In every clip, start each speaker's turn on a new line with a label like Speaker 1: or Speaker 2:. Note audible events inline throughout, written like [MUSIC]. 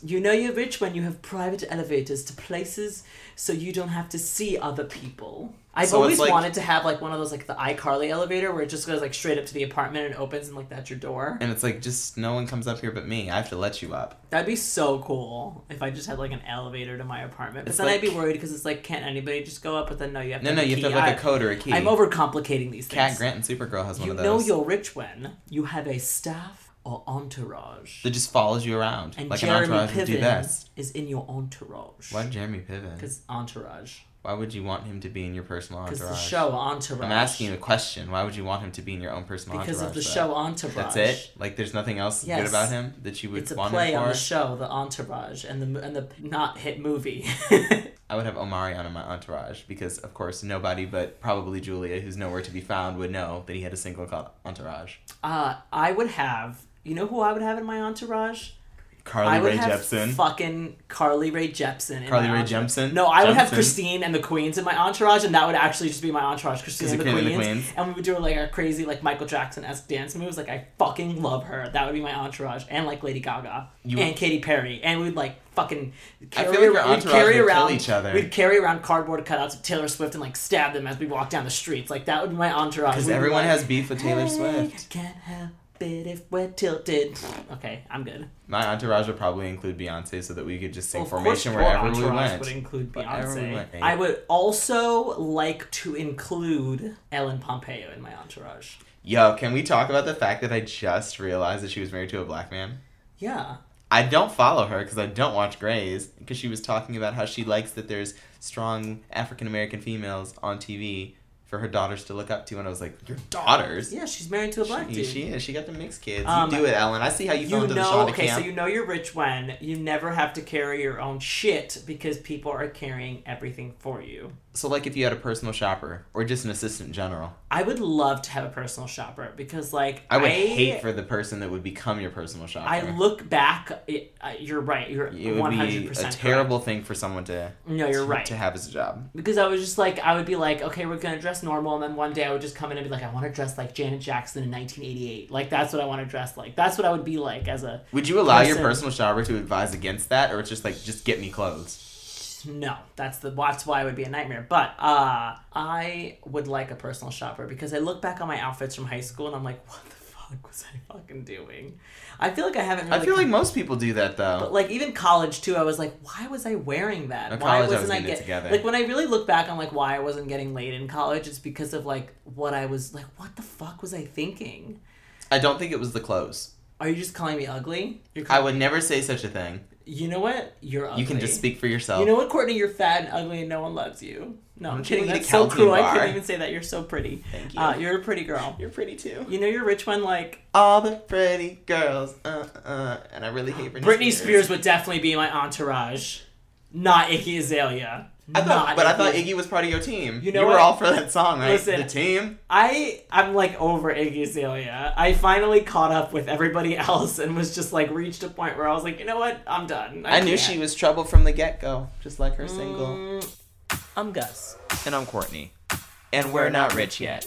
Speaker 1: You know you're rich when you have private elevators to places so you don't have to see other people. I've
Speaker 2: So it's
Speaker 1: always
Speaker 2: like-
Speaker 1: wanted to have like one of those like the iCarly elevator where it just goes like straight up to the apartment and opens and like that's your door.
Speaker 2: And it's like, just no one comes up here but me. I have to let you up.
Speaker 1: That'd be so cool if I just had like an elevator to my apartment. But
Speaker 2: It's
Speaker 1: then I'd
Speaker 2: like-
Speaker 1: be worried because it's like can't anybody just go up? But then no, you have
Speaker 2: No,
Speaker 1: to
Speaker 2: no,
Speaker 1: a
Speaker 2: you have to
Speaker 1: key.
Speaker 2: have like
Speaker 1: I-
Speaker 2: a code or a key.
Speaker 1: I'm overcomplicating these
Speaker 2: Cat
Speaker 1: things.
Speaker 2: Grant and Supergirl has one
Speaker 1: you
Speaker 2: of
Speaker 1: know
Speaker 2: those.
Speaker 1: you're rich when you have a staff or entourage.
Speaker 2: that just follows you around
Speaker 1: And
Speaker 2: like
Speaker 1: Jeremy
Speaker 2: an entourage
Speaker 1: Piven
Speaker 2: would do best.
Speaker 1: is in your entourage.
Speaker 2: Why Jeremy Piven?
Speaker 1: Because entourage.
Speaker 2: Why would you want him to be in your personal
Speaker 1: Because
Speaker 2: entourage?
Speaker 1: the show Entourage.
Speaker 2: I'm asking you a question. Why would you want him to be in your own personal
Speaker 1: because of
Speaker 2: entourage?
Speaker 1: the
Speaker 2: though?
Speaker 1: show Entourage.
Speaker 2: That's it. Like there's nothing else
Speaker 1: Yes.
Speaker 2: good about him that you would
Speaker 1: It's a
Speaker 2: want
Speaker 1: play
Speaker 2: him for.
Speaker 1: on the show, the Entourage, and the and the not hit movie. [LAUGHS]
Speaker 2: I would have Omari on in my entourage because, of course, nobody but probably Julia, who's nowhere to be found, would know that he had a single called Entourage.
Speaker 1: uh, I would have. You know who I would have in my entourage?
Speaker 2: Carly
Speaker 1: I would
Speaker 2: Rae
Speaker 1: have
Speaker 2: Jepsen.
Speaker 1: fucking Carly Rae Jepsen. In
Speaker 2: Carly
Speaker 1: my
Speaker 2: Rae
Speaker 1: entourage.
Speaker 2: Jepsen?
Speaker 1: No, I would have
Speaker 2: Jepsen?
Speaker 1: Christine and the Queens in my entourage, and that would actually just be my entourage, Christine,
Speaker 2: Is
Speaker 1: and
Speaker 2: it
Speaker 1: the,
Speaker 2: Queen
Speaker 1: Queens,
Speaker 2: and the Queens?
Speaker 1: and we would do like our crazy like Michael Jackson esque dance moves. Like I fucking love her. That would be my entourage, and like Lady Gaga
Speaker 2: You-
Speaker 1: and Katy Perry, and we'd like fucking
Speaker 2: I
Speaker 1: carry
Speaker 2: feel like your
Speaker 1: around, we'd
Speaker 2: entourage
Speaker 1: carry
Speaker 2: would kill
Speaker 1: around
Speaker 2: each other.
Speaker 1: We'd carry around cardboard cutouts of Taylor Swift and like stab them as we walk down the streets. Like that would be my entourage.
Speaker 2: Because
Speaker 1: We'd be
Speaker 2: everyone
Speaker 1: like,
Speaker 2: has beef with Taylor
Speaker 1: "Hey,
Speaker 2: Swift.
Speaker 1: Can't help it if we're tilted. Okay, I'm good.
Speaker 2: My entourage would probably include Beyonce so that we could just sing
Speaker 1: Well, of
Speaker 2: formation
Speaker 1: course, your
Speaker 2: wherever we
Speaker 1: entourage
Speaker 2: went.
Speaker 1: Would include
Speaker 2: Wherever we
Speaker 1: Beyonce.
Speaker 2: went, eh?
Speaker 1: I would also like to include Ellen Pompeo in my entourage.
Speaker 2: Yo, can we talk about the fact that I just realized that she was married to a black man?
Speaker 1: Yeah,
Speaker 2: I don't follow her because I don't watch Grays because she was talking about how she likes that there's strong African American females on TV for her daughters to look up to, and I was like, your daughters?
Speaker 1: yeah, she's married to a black
Speaker 2: she,
Speaker 1: dude.
Speaker 2: she is. She got to mix kids.
Speaker 1: Um,
Speaker 2: you do it, Ellen. I see how you fell
Speaker 1: you
Speaker 2: into the
Speaker 1: know,
Speaker 2: Shonda
Speaker 1: okay,
Speaker 2: camp.
Speaker 1: so you know you're rich when you never have to carry your own shit because people are carrying everything for you.
Speaker 2: so like, if you had a personal shopper or just an assistant general,
Speaker 1: I would love to have a personal shopper because, like,
Speaker 2: I would hate for the person that would become your personal shopper.
Speaker 1: I look back. It, uh, you're right. You're
Speaker 2: it would
Speaker 1: one hundred
Speaker 2: be a
Speaker 1: percent
Speaker 2: terrible thing for someone to
Speaker 1: No, you're
Speaker 2: to-
Speaker 1: right.
Speaker 2: to have as a job.
Speaker 1: because I was just like, I would be like, okay, we're gonna dress normal, and then one day I would just come in and be like, I want to dress like Janet Jackson in 1988. Like that's what I want to dress like. That's what I would be like as a
Speaker 2: Would you allow your
Speaker 1: Person.
Speaker 2: personal shopper to advise against that, or it's just like just get me clothes?
Speaker 1: no. That's the that's why it would be a nightmare. But uh, I would like a personal shopper because I look back on my outfits from high school and I'm like, what the fuck was I fucking doing? I feel like I haven't. Really
Speaker 2: I feel like most people do that though.
Speaker 1: But like even college too, I was like, why was I wearing that?
Speaker 2: In
Speaker 1: why
Speaker 2: college, I was getting it together.
Speaker 1: like when I really look back on like why I wasn't getting laid in college, it's because of like what I was like, what the fuck was I thinking?
Speaker 2: I don't think it was the clothes.
Speaker 1: Are you just calling me ugly? You're
Speaker 2: I
Speaker 1: call-
Speaker 2: would never say such a thing.
Speaker 1: you know what? You're ugly.
Speaker 2: You can just speak for yourself.
Speaker 1: You know what, Courtney? You're fat and ugly, and no one loves you. No, I'm
Speaker 2: Don't
Speaker 1: kidding.
Speaker 2: you need
Speaker 1: That's
Speaker 2: a
Speaker 1: so
Speaker 2: Calvin
Speaker 1: cruel. I
Speaker 2: bar?
Speaker 1: couldn't even say that. You're so pretty.
Speaker 2: Thank
Speaker 1: Uh, you're a pretty girl.
Speaker 2: You're pretty too.
Speaker 1: You know you're rich when like
Speaker 2: All the pretty girls. Uh, uh, and I really hate Britney,
Speaker 1: Britney Spears would definitely be my entourage, not Iggy Azalea.
Speaker 2: I thought,
Speaker 1: Not
Speaker 2: but I thought Iggy was part of your team.
Speaker 1: You know
Speaker 2: you were
Speaker 1: what?
Speaker 2: all for that song, right?
Speaker 1: Listen.
Speaker 2: the team.
Speaker 1: I I'm like over Iggy Azalea. I finally caught up with everybody [LAUGHS] else and was just like reached a point where I was like, you know what, I'm done.
Speaker 2: I, knew she was trouble from the get go, just like her single.
Speaker 1: Mm, I'm Gus.
Speaker 2: And I'm Courtney, and
Speaker 1: We're not rich
Speaker 2: yet.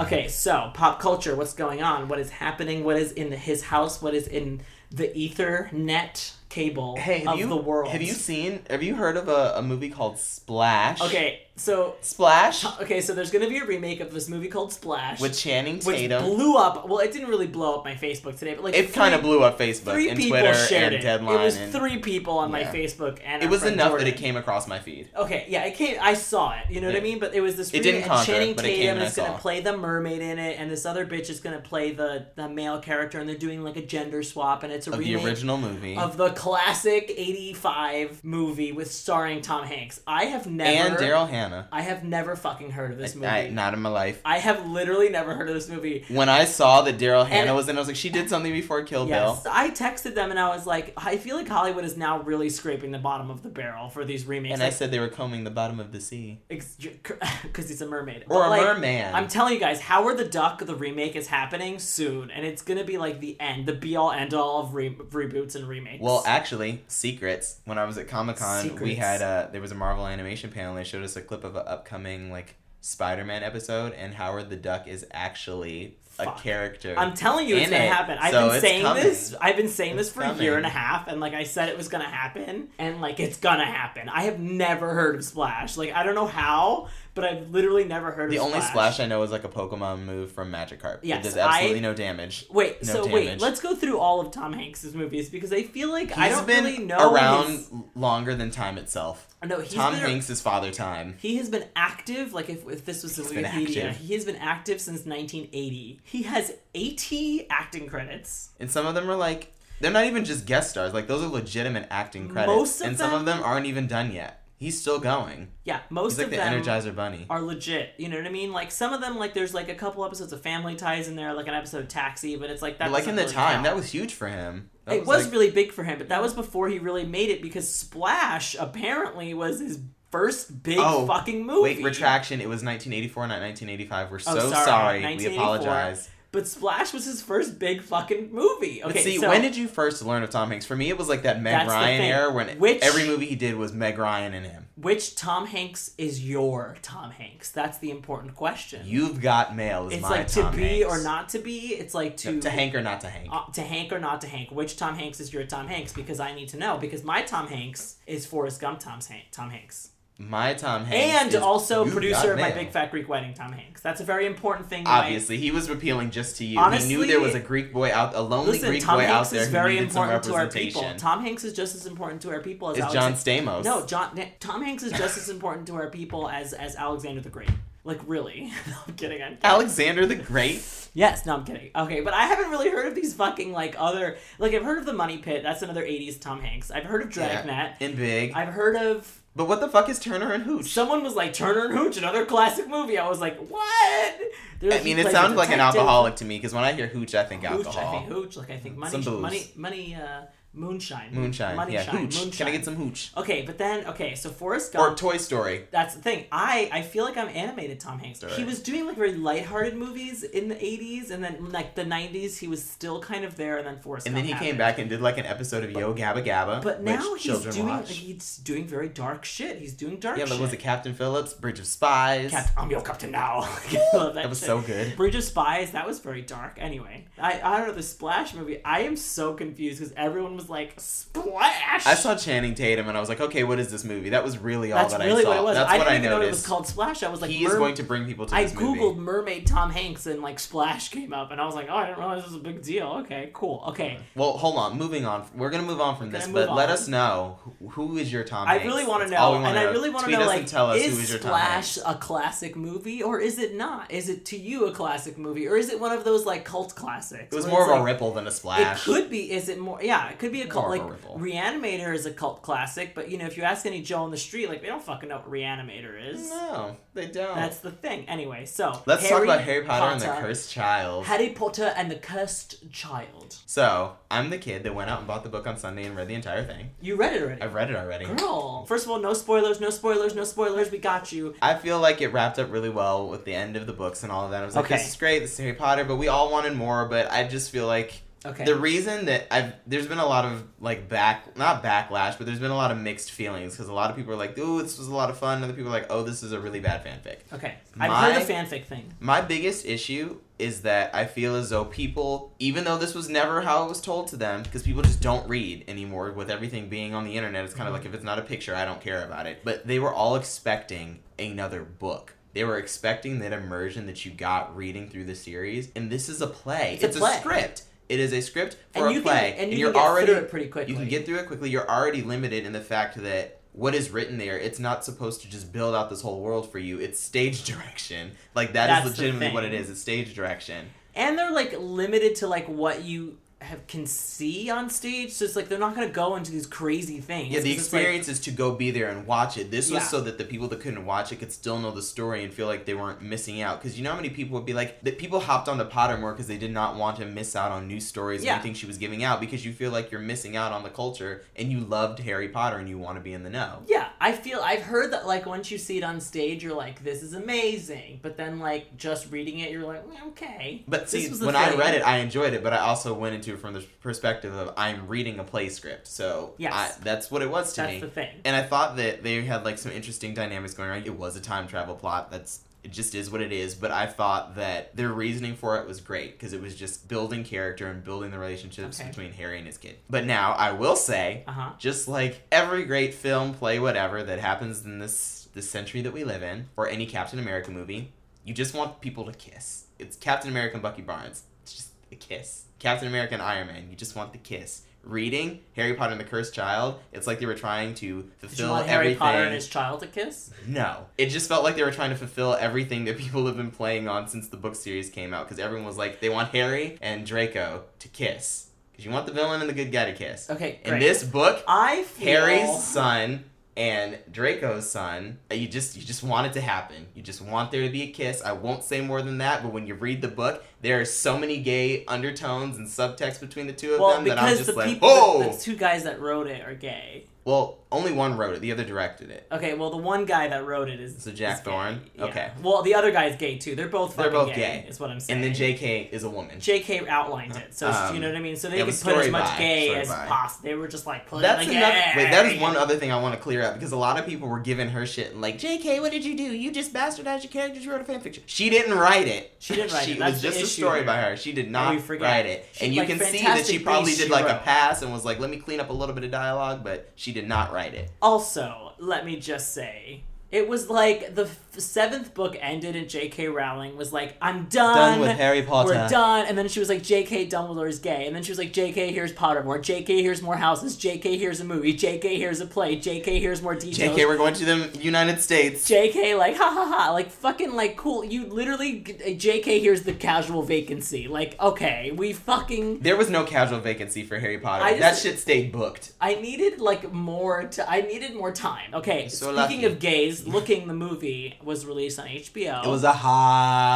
Speaker 1: Okay, so pop culture, what's going on? What is happening? What is in his house? What is in the ether net cable
Speaker 2: Hey, have
Speaker 1: of
Speaker 2: you
Speaker 1: the world?
Speaker 2: have you seen? Have you heard of a, a movie called Splash?
Speaker 1: Okay, so
Speaker 2: Splash
Speaker 1: okay, so there's gonna be a remake of this movie called Splash,
Speaker 2: with Channing
Speaker 1: which
Speaker 2: Tatum.
Speaker 1: blew up. Well, it didn't really blow up my Facebook today, but like
Speaker 2: it kind of blew up Facebook
Speaker 1: three
Speaker 2: and
Speaker 1: people
Speaker 2: Twitter
Speaker 1: shared
Speaker 2: and
Speaker 1: it.
Speaker 2: Deadline.
Speaker 1: It was
Speaker 2: and
Speaker 1: three people on my
Speaker 2: Yeah.
Speaker 1: Facebook, and
Speaker 2: it
Speaker 1: our
Speaker 2: was
Speaker 1: friend
Speaker 2: enough
Speaker 1: Jordan.
Speaker 2: that it came across my feed.
Speaker 1: Okay, yeah, it came. I saw it. You know what I
Speaker 2: Yeah.
Speaker 1: mean? But it was this.
Speaker 2: It
Speaker 1: remake,
Speaker 2: didn't
Speaker 1: and
Speaker 2: conquer,
Speaker 1: Channing
Speaker 2: but it came
Speaker 1: Tatum
Speaker 2: and I
Speaker 1: is going
Speaker 2: saw
Speaker 1: to
Speaker 2: it.
Speaker 1: play the mermaid in it, and this other bitch is going to play the the male character, and they're doing like a gender swap, and it's a
Speaker 2: Of
Speaker 1: remake
Speaker 2: the original movie.
Speaker 1: of the classic '85 movie with starring Tom Hanks. I have never
Speaker 2: and Daryl Montana.
Speaker 1: I have never fucking heard of this movie.
Speaker 2: I, not in my life.
Speaker 1: I have literally never heard of this movie.
Speaker 2: When I saw that Daryl Hannah
Speaker 1: it-
Speaker 2: was in, I was like, she did something before Kill Bill.
Speaker 1: Yes, I texted them and I was like, I feel like Hollywood is now really scraping the bottom of the barrel for these remakes.
Speaker 2: And I said they were combing the bottom of the sea.
Speaker 1: [LAUGHS] because he's a mermaid
Speaker 2: Or
Speaker 1: But,
Speaker 2: a
Speaker 1: like,
Speaker 2: merman.
Speaker 1: I'm telling you guys, Howard the Duck, the remake is happening soon, and it's gonna be like the end, the be all end all of re- reboots and remakes.
Speaker 2: well, actually, secrets. When I was at Comic Con, we
Speaker 1: Secrets.
Speaker 2: had uh there was a Marvel animation panel. They showed us a clip of an upcoming like Spider-Man episode, and Howard the Duck is actually
Speaker 1: Fuck.
Speaker 2: a character.
Speaker 1: I'm telling you, it's
Speaker 2: in
Speaker 1: gonna
Speaker 2: it,
Speaker 1: happen. I've
Speaker 2: so
Speaker 1: been
Speaker 2: it's
Speaker 1: saying
Speaker 2: coming.
Speaker 1: this. I've been saying
Speaker 2: It's
Speaker 1: this for a year
Speaker 2: coming.
Speaker 1: and a half, and like I said, it was gonna happen, and like it's gonna happen. I have never heard of Splash. Like I don't know how, but I've literally never heard
Speaker 2: the
Speaker 1: of
Speaker 2: only splash I know is like a Pokemon move from Magikarp.
Speaker 1: Yes,
Speaker 2: it does absolutely
Speaker 1: I-
Speaker 2: no damage.
Speaker 1: Wait,
Speaker 2: No
Speaker 1: so
Speaker 2: damage.
Speaker 1: wait, let's go through all of Tom Hanks's movies because I feel like I
Speaker 2: He's
Speaker 1: don't
Speaker 2: been
Speaker 1: really know
Speaker 2: around
Speaker 1: his-
Speaker 2: longer than time itself.
Speaker 1: No, he's
Speaker 2: Tom
Speaker 1: been a-
Speaker 2: Hanks is father time.
Speaker 1: He has been active, like if, if this was his
Speaker 2: been
Speaker 1: Wikipedia,
Speaker 2: active.
Speaker 1: he has been active since 1980. He has 80 acting credits.
Speaker 2: And some of them are like they're not even just guest stars. Like those are legitimate acting credits.
Speaker 1: Most of
Speaker 2: and some of
Speaker 1: them-
Speaker 2: them aren't even done yet. He's still going.
Speaker 1: Yeah, most
Speaker 2: He's like
Speaker 1: of
Speaker 2: the
Speaker 1: them
Speaker 2: Energizer Bunny.
Speaker 1: are legit. You know what I mean? Like some of them, like there's like a couple episodes of Family Ties in there, like an episode of Taxi, but it's like that.
Speaker 2: But like
Speaker 1: doesn't
Speaker 2: in the
Speaker 1: really
Speaker 2: time,
Speaker 1: count.
Speaker 2: that was huge for him. That
Speaker 1: it was
Speaker 2: like-
Speaker 1: really big for him, but that was before he really made it because Splash apparently was his first big
Speaker 2: Oh,
Speaker 1: fucking movie.
Speaker 2: Wait, retraction. It was 1984, not 1985. We're so
Speaker 1: Oh,
Speaker 2: sorry.
Speaker 1: sorry,
Speaker 2: We
Speaker 1: 1984.
Speaker 2: apologize.
Speaker 1: But Splash was his first big fucking movie. Okay,
Speaker 2: but see,
Speaker 1: so
Speaker 2: when did you first learn of Tom Hanks? For me, it was like that Meg
Speaker 1: That's the
Speaker 2: Ryan
Speaker 1: thing.
Speaker 2: era when
Speaker 1: Which-
Speaker 2: every movie he did was Meg Ryan and him.
Speaker 1: which Tom Hanks is your Tom Hanks? That's the important question.
Speaker 2: You've got mail is
Speaker 1: it's
Speaker 2: my
Speaker 1: like
Speaker 2: Tom
Speaker 1: to be
Speaker 2: Hanks.
Speaker 1: or not to be. It's like to
Speaker 2: to Hank or not to Hank.
Speaker 1: uh, to Hank or not to Hank. Which Tom Hanks is your Tom Hanks? Because I need to know. Because my Tom Hanks is Forrest Gump. Tom's Hank, Tom Hanks,
Speaker 2: my Tom Hanks
Speaker 1: and
Speaker 2: is
Speaker 1: also
Speaker 2: You've
Speaker 1: producer
Speaker 2: Got
Speaker 1: of my
Speaker 2: Mail.
Speaker 1: Big Fat Greek Wedding. Tom Hanks. That's a very important thing. that I-
Speaker 2: Obviously, he was appealing just to you. he knew
Speaker 1: Honestly-
Speaker 2: there was a Greek boy out, a lonely
Speaker 1: Listen,
Speaker 2: Greek
Speaker 1: Tom
Speaker 2: boy
Speaker 1: Hanks
Speaker 2: out there
Speaker 1: is
Speaker 2: who
Speaker 1: very
Speaker 2: needed some
Speaker 1: important to our people.
Speaker 2: representation.
Speaker 1: Tom Hanks is just as important to our people as
Speaker 2: is
Speaker 1: Alex-
Speaker 2: John Stamos?
Speaker 1: No, John. Tom Hanks is just as important to our people as as Alexander the Great. Like really? [LAUGHS] No, I'm kidding. I'm kidding.
Speaker 2: Alexander the Great.
Speaker 1: Yes, no, I'm kidding. Okay, but I haven't really heard of these fucking like other like I've heard of the Money Pit. That's another '80s Tom Hanks. I've heard of Dragnet.
Speaker 2: and big.
Speaker 1: I've heard of
Speaker 2: but what the fuck is Turner and Hooch?
Speaker 1: someone was like Turner and Hooch, another [LAUGHS] classic movie. I was like, what? They're
Speaker 2: I
Speaker 1: he
Speaker 2: mean, it
Speaker 1: plays a
Speaker 2: sounds like an
Speaker 1: detective.
Speaker 2: alcoholic to me because when I hear Hooch, I think
Speaker 1: Hooch,
Speaker 2: alcohol.
Speaker 1: I think Hooch. Like I think money,
Speaker 2: Some booze.
Speaker 1: money, money, uh, moonshine,
Speaker 2: moonshine.
Speaker 1: money
Speaker 2: yeah,
Speaker 1: shine,
Speaker 2: Hooch.
Speaker 1: moonshine. Um,
Speaker 2: Can I get some Hooch?
Speaker 1: Okay, but then okay, so Forrest Gump.
Speaker 2: Or Toy Story.
Speaker 1: That's the thing. I I feel like I'm animated Tom Hanks.
Speaker 2: All
Speaker 1: He
Speaker 2: right.
Speaker 1: was doing like very lighthearted movies in the 80s and then like the 90s he was still kind of there and then Forrest
Speaker 2: And then
Speaker 1: Gump
Speaker 2: he came
Speaker 1: happened.
Speaker 2: back and did like an episode of Yo Gabba Gabba.
Speaker 1: But now
Speaker 2: which
Speaker 1: he's
Speaker 2: children
Speaker 1: doing
Speaker 2: watch.
Speaker 1: he's doing very dark shit. He's doing dark
Speaker 2: Yeah,
Speaker 1: shit.
Speaker 2: but was it Captain Phillips, Bridge of Spies?
Speaker 1: Cap- I'm your captain
Speaker 2: [LAUGHS]
Speaker 1: now. [LAUGHS] I love that,
Speaker 2: That was
Speaker 1: shit.
Speaker 2: so good.
Speaker 1: Bridge of Spies, that was very dark. Anyway, I, I don't know, the Splash movie, I am so confused because everyone was like, Splash!
Speaker 2: I saw Channing Tatum and I was like, okay, what is this movie? That was really all
Speaker 1: That's
Speaker 2: that
Speaker 1: really
Speaker 2: I saw.
Speaker 1: what it was.
Speaker 2: That's
Speaker 1: I
Speaker 2: what
Speaker 1: didn't
Speaker 2: I
Speaker 1: even know it was
Speaker 2: noticed.
Speaker 1: called Splash. I was like,
Speaker 2: he is
Speaker 1: merm-
Speaker 2: going to bring people to
Speaker 1: I
Speaker 2: this
Speaker 1: googled
Speaker 2: movie.
Speaker 1: mermaid Tom Hanks and like Splash came up, and I was like, oh, I didn't realize this was a big deal. Okay, cool. Okay,
Speaker 2: Well, hold on. Moving on. We're gonna move on from this,
Speaker 1: gonna
Speaker 2: but
Speaker 1: move
Speaker 2: let
Speaker 1: on.
Speaker 2: us know who, who is your Tom.
Speaker 1: I
Speaker 2: Hanks.
Speaker 1: really want to
Speaker 2: That's
Speaker 1: know,
Speaker 2: all we wanna
Speaker 1: and I really want to
Speaker 2: Tweet
Speaker 1: know,
Speaker 2: us
Speaker 1: like,
Speaker 2: and tell us who
Speaker 1: is
Speaker 2: is your Tom Hanks.
Speaker 1: Splash a classic movie or is it not? Is it to you a classic movie or is it one of those like cult classics?
Speaker 2: It was
Speaker 1: where
Speaker 2: more
Speaker 1: it's
Speaker 2: of a
Speaker 1: like-
Speaker 2: ripple than a
Speaker 1: It
Speaker 2: splash.
Speaker 1: could be. Is it more? Yeah, it could be a cult.
Speaker 2: More
Speaker 1: Like
Speaker 2: of a ripple.
Speaker 1: Reanimator is a cult classic, but you know, if you ask any Joe on the street, like they don't fucking know what Reanimator is.
Speaker 2: [LAUGHS] No, they don't.
Speaker 1: That's the thing. Anyway, so
Speaker 2: Let's talk about Harry Potter, and the Cursed Child.
Speaker 1: Harry Potter and the Cursed Child.
Speaker 2: so I'm the kid that went out and bought the book on Sunday and read the entire thing.
Speaker 1: You read it already.
Speaker 2: I've read it already.
Speaker 1: Girl. First of all, no spoilers, no spoilers, no spoilers. We got you.
Speaker 2: I feel like it wrapped up really well with the end of the books and all of that. I was like,
Speaker 1: Okay.
Speaker 2: this is great, this is Harry Potter, but we all wanted more, but I just feel like
Speaker 1: Okay.
Speaker 2: the reason that I've there's been a lot of like back not backlash, but there's been a lot of mixed feelings because a lot of people are like, "Ooh, this was a lot of fun." Other people are like, "Oh, this is a really bad fanfic."
Speaker 1: Okay.
Speaker 2: My-
Speaker 1: I've heard the fanfic thing.
Speaker 2: My biggest issue is that I feel as though people, even though this was never how it was told to them, because people just don't read anymore with everything being on the internet, it's kind
Speaker 1: Mm-hmm.
Speaker 2: of like if it's not a picture, I don't care about it. But they were all expecting another book. They were expecting that immersion that you got reading through the series, and this is a play.
Speaker 1: It's a play.
Speaker 2: script. It is a script for
Speaker 1: And
Speaker 2: a
Speaker 1: you can-
Speaker 2: play,
Speaker 1: and you can get through it pretty
Speaker 2: You
Speaker 1: quickly.
Speaker 2: can get through it quickly. You're already limited in the fact that what is written there, it's not supposed to just build out this whole world for you. It's stage [LAUGHS] direction. Like that is
Speaker 1: That's the
Speaker 2: legitimately what it
Speaker 1: thing.
Speaker 2: is. It's stage direction.
Speaker 1: And they're like limited to like what you have can see on stage. So it's like they're not gonna go into these crazy things.
Speaker 2: Yeah, the
Speaker 1: 'Cause it's like-
Speaker 2: experience is to go be there and watch it. This was
Speaker 1: Yeah.
Speaker 2: so that the people that couldn't watch it could still know the story and feel like they weren't missing out. Because you know how many people would be like, that people hopped onto Pottermore because they did not want to miss out on news stories or
Speaker 1: Yeah.
Speaker 2: anything she was giving out because you feel like you're missing out on the culture and you loved Harry Potter and you want to be in the know.
Speaker 1: Yeah, I feel I've heard that like once you see it on stage, you're like, this is amazing. But then like just reading it, you're like, "Mm, okay.
Speaker 2: But
Speaker 1: This
Speaker 2: see,
Speaker 1: was the
Speaker 2: when I
Speaker 1: thing.
Speaker 2: read it, I enjoyed it, but I also went into it from the perspective of I'm reading a play script. So
Speaker 1: Yes.
Speaker 2: I, that's what it was to
Speaker 1: That's
Speaker 2: me.
Speaker 1: the thing.
Speaker 2: And I thought that they had like some interesting dynamics going on. It was a time travel plot. That's it just is what it is. But I thought that their reasoning for it was great because it was just building character and building the relationships
Speaker 1: Okay.
Speaker 2: between Harry and his kid. But now I will say,
Speaker 1: Uh huh.
Speaker 2: just like every great film, play, whatever that happens in this this century that we live in, or any Captain America movie, you just want people to kiss. It's Captain America and Bucky Barnes. It's just a kiss. Captain America and Iron Man. You just want the kiss. Reading Harry Potter and the Cursed Child, it's like they were trying
Speaker 1: Did
Speaker 2: to
Speaker 1: you
Speaker 2: fulfill
Speaker 1: want Harry
Speaker 2: everything.
Speaker 1: Potter and his child to kiss?
Speaker 2: No. It just felt like they were trying to fulfill everything that people have been playing on since the book series came out because everyone was like, they want Harry and Draco to kiss. Because you want the villain and the good guy to kiss.
Speaker 1: Okay,
Speaker 2: In
Speaker 1: great.
Speaker 2: this book,
Speaker 1: I feel
Speaker 2: Harry's son and Draco's son. uh, You just you just want it to happen. You just want there to be a kiss. I won't say more than that, but when you read the book, there are so many gay undertones and subtext between the two of
Speaker 1: well
Speaker 2: them that I'm
Speaker 1: because
Speaker 2: just
Speaker 1: the
Speaker 2: like,
Speaker 1: people,
Speaker 2: oh.
Speaker 1: the two guys that wrote it are gay.
Speaker 2: Well, only one wrote it. The other directed it.
Speaker 1: Okay, well the one guy that wrote it is
Speaker 2: So Jack
Speaker 1: is gay.
Speaker 2: Thorne?
Speaker 1: Yeah.
Speaker 2: Okay.
Speaker 1: Well, the other guy's gay too. They're both
Speaker 2: They're
Speaker 1: fucking
Speaker 2: both gay.
Speaker 1: Is what I'm saying.
Speaker 2: And then J.K. is a woman.
Speaker 1: J.K. outlined it, so it's- you
Speaker 2: Um,
Speaker 1: know what I mean. So
Speaker 2: it
Speaker 1: they could
Speaker 2: was
Speaker 1: put as
Speaker 2: story
Speaker 1: much
Speaker 2: by-
Speaker 1: gay
Speaker 2: story
Speaker 1: as
Speaker 2: by.
Speaker 1: possible. They were just like, put
Speaker 2: That's
Speaker 1: it in the
Speaker 2: another.
Speaker 1: gay.
Speaker 2: Wait, that is one other thing I want to clear up because a lot of people were giving her shit and like, J.K., what did you do? You just bastardized your characters. You wrote a fanfiction. She didn't write it.
Speaker 1: She didn't write
Speaker 2: she
Speaker 1: it.
Speaker 2: It
Speaker 1: That's
Speaker 2: was
Speaker 1: the
Speaker 2: just a
Speaker 1: issue
Speaker 2: story
Speaker 1: here.
Speaker 2: by her. She did not
Speaker 1: we forget.
Speaker 2: write it,
Speaker 1: She-
Speaker 2: and you
Speaker 1: like,
Speaker 2: can see that
Speaker 1: Fantastic
Speaker 2: she probably
Speaker 1: Beasts
Speaker 2: did
Speaker 1: she
Speaker 2: like a
Speaker 1: wrote.
Speaker 2: pass and was like, "Let me clean up a little bit of dialogue," but she did not write it.
Speaker 1: Also, let me just say, it was like the f- seventh book ended, and J.K. Rowling was like, "I'm done.
Speaker 2: Harry
Speaker 1: We're done." And then she was like, "J.K. Dumbledore's gay." And then she was like, "J.K. Here's Pottermore. J.K. Here's more houses. J.K. Here's a movie. J.K. Here's a play. J.K. Here's more details."
Speaker 2: J.K., we're going to the United States.
Speaker 1: JK, like, ha ha ha, like, fucking, like, cool. You literally, JK, here's the casual vacancy. Like, okay, we fucking
Speaker 2: there was no casual vacancy for Harry Potter.
Speaker 1: I just-
Speaker 2: that shit stayed booked.
Speaker 1: I needed like more. T- I needed more time. Okay.
Speaker 2: so
Speaker 1: speaking
Speaker 2: lucky.
Speaker 1: of gays, looking the movie was released on HBO.
Speaker 2: It was a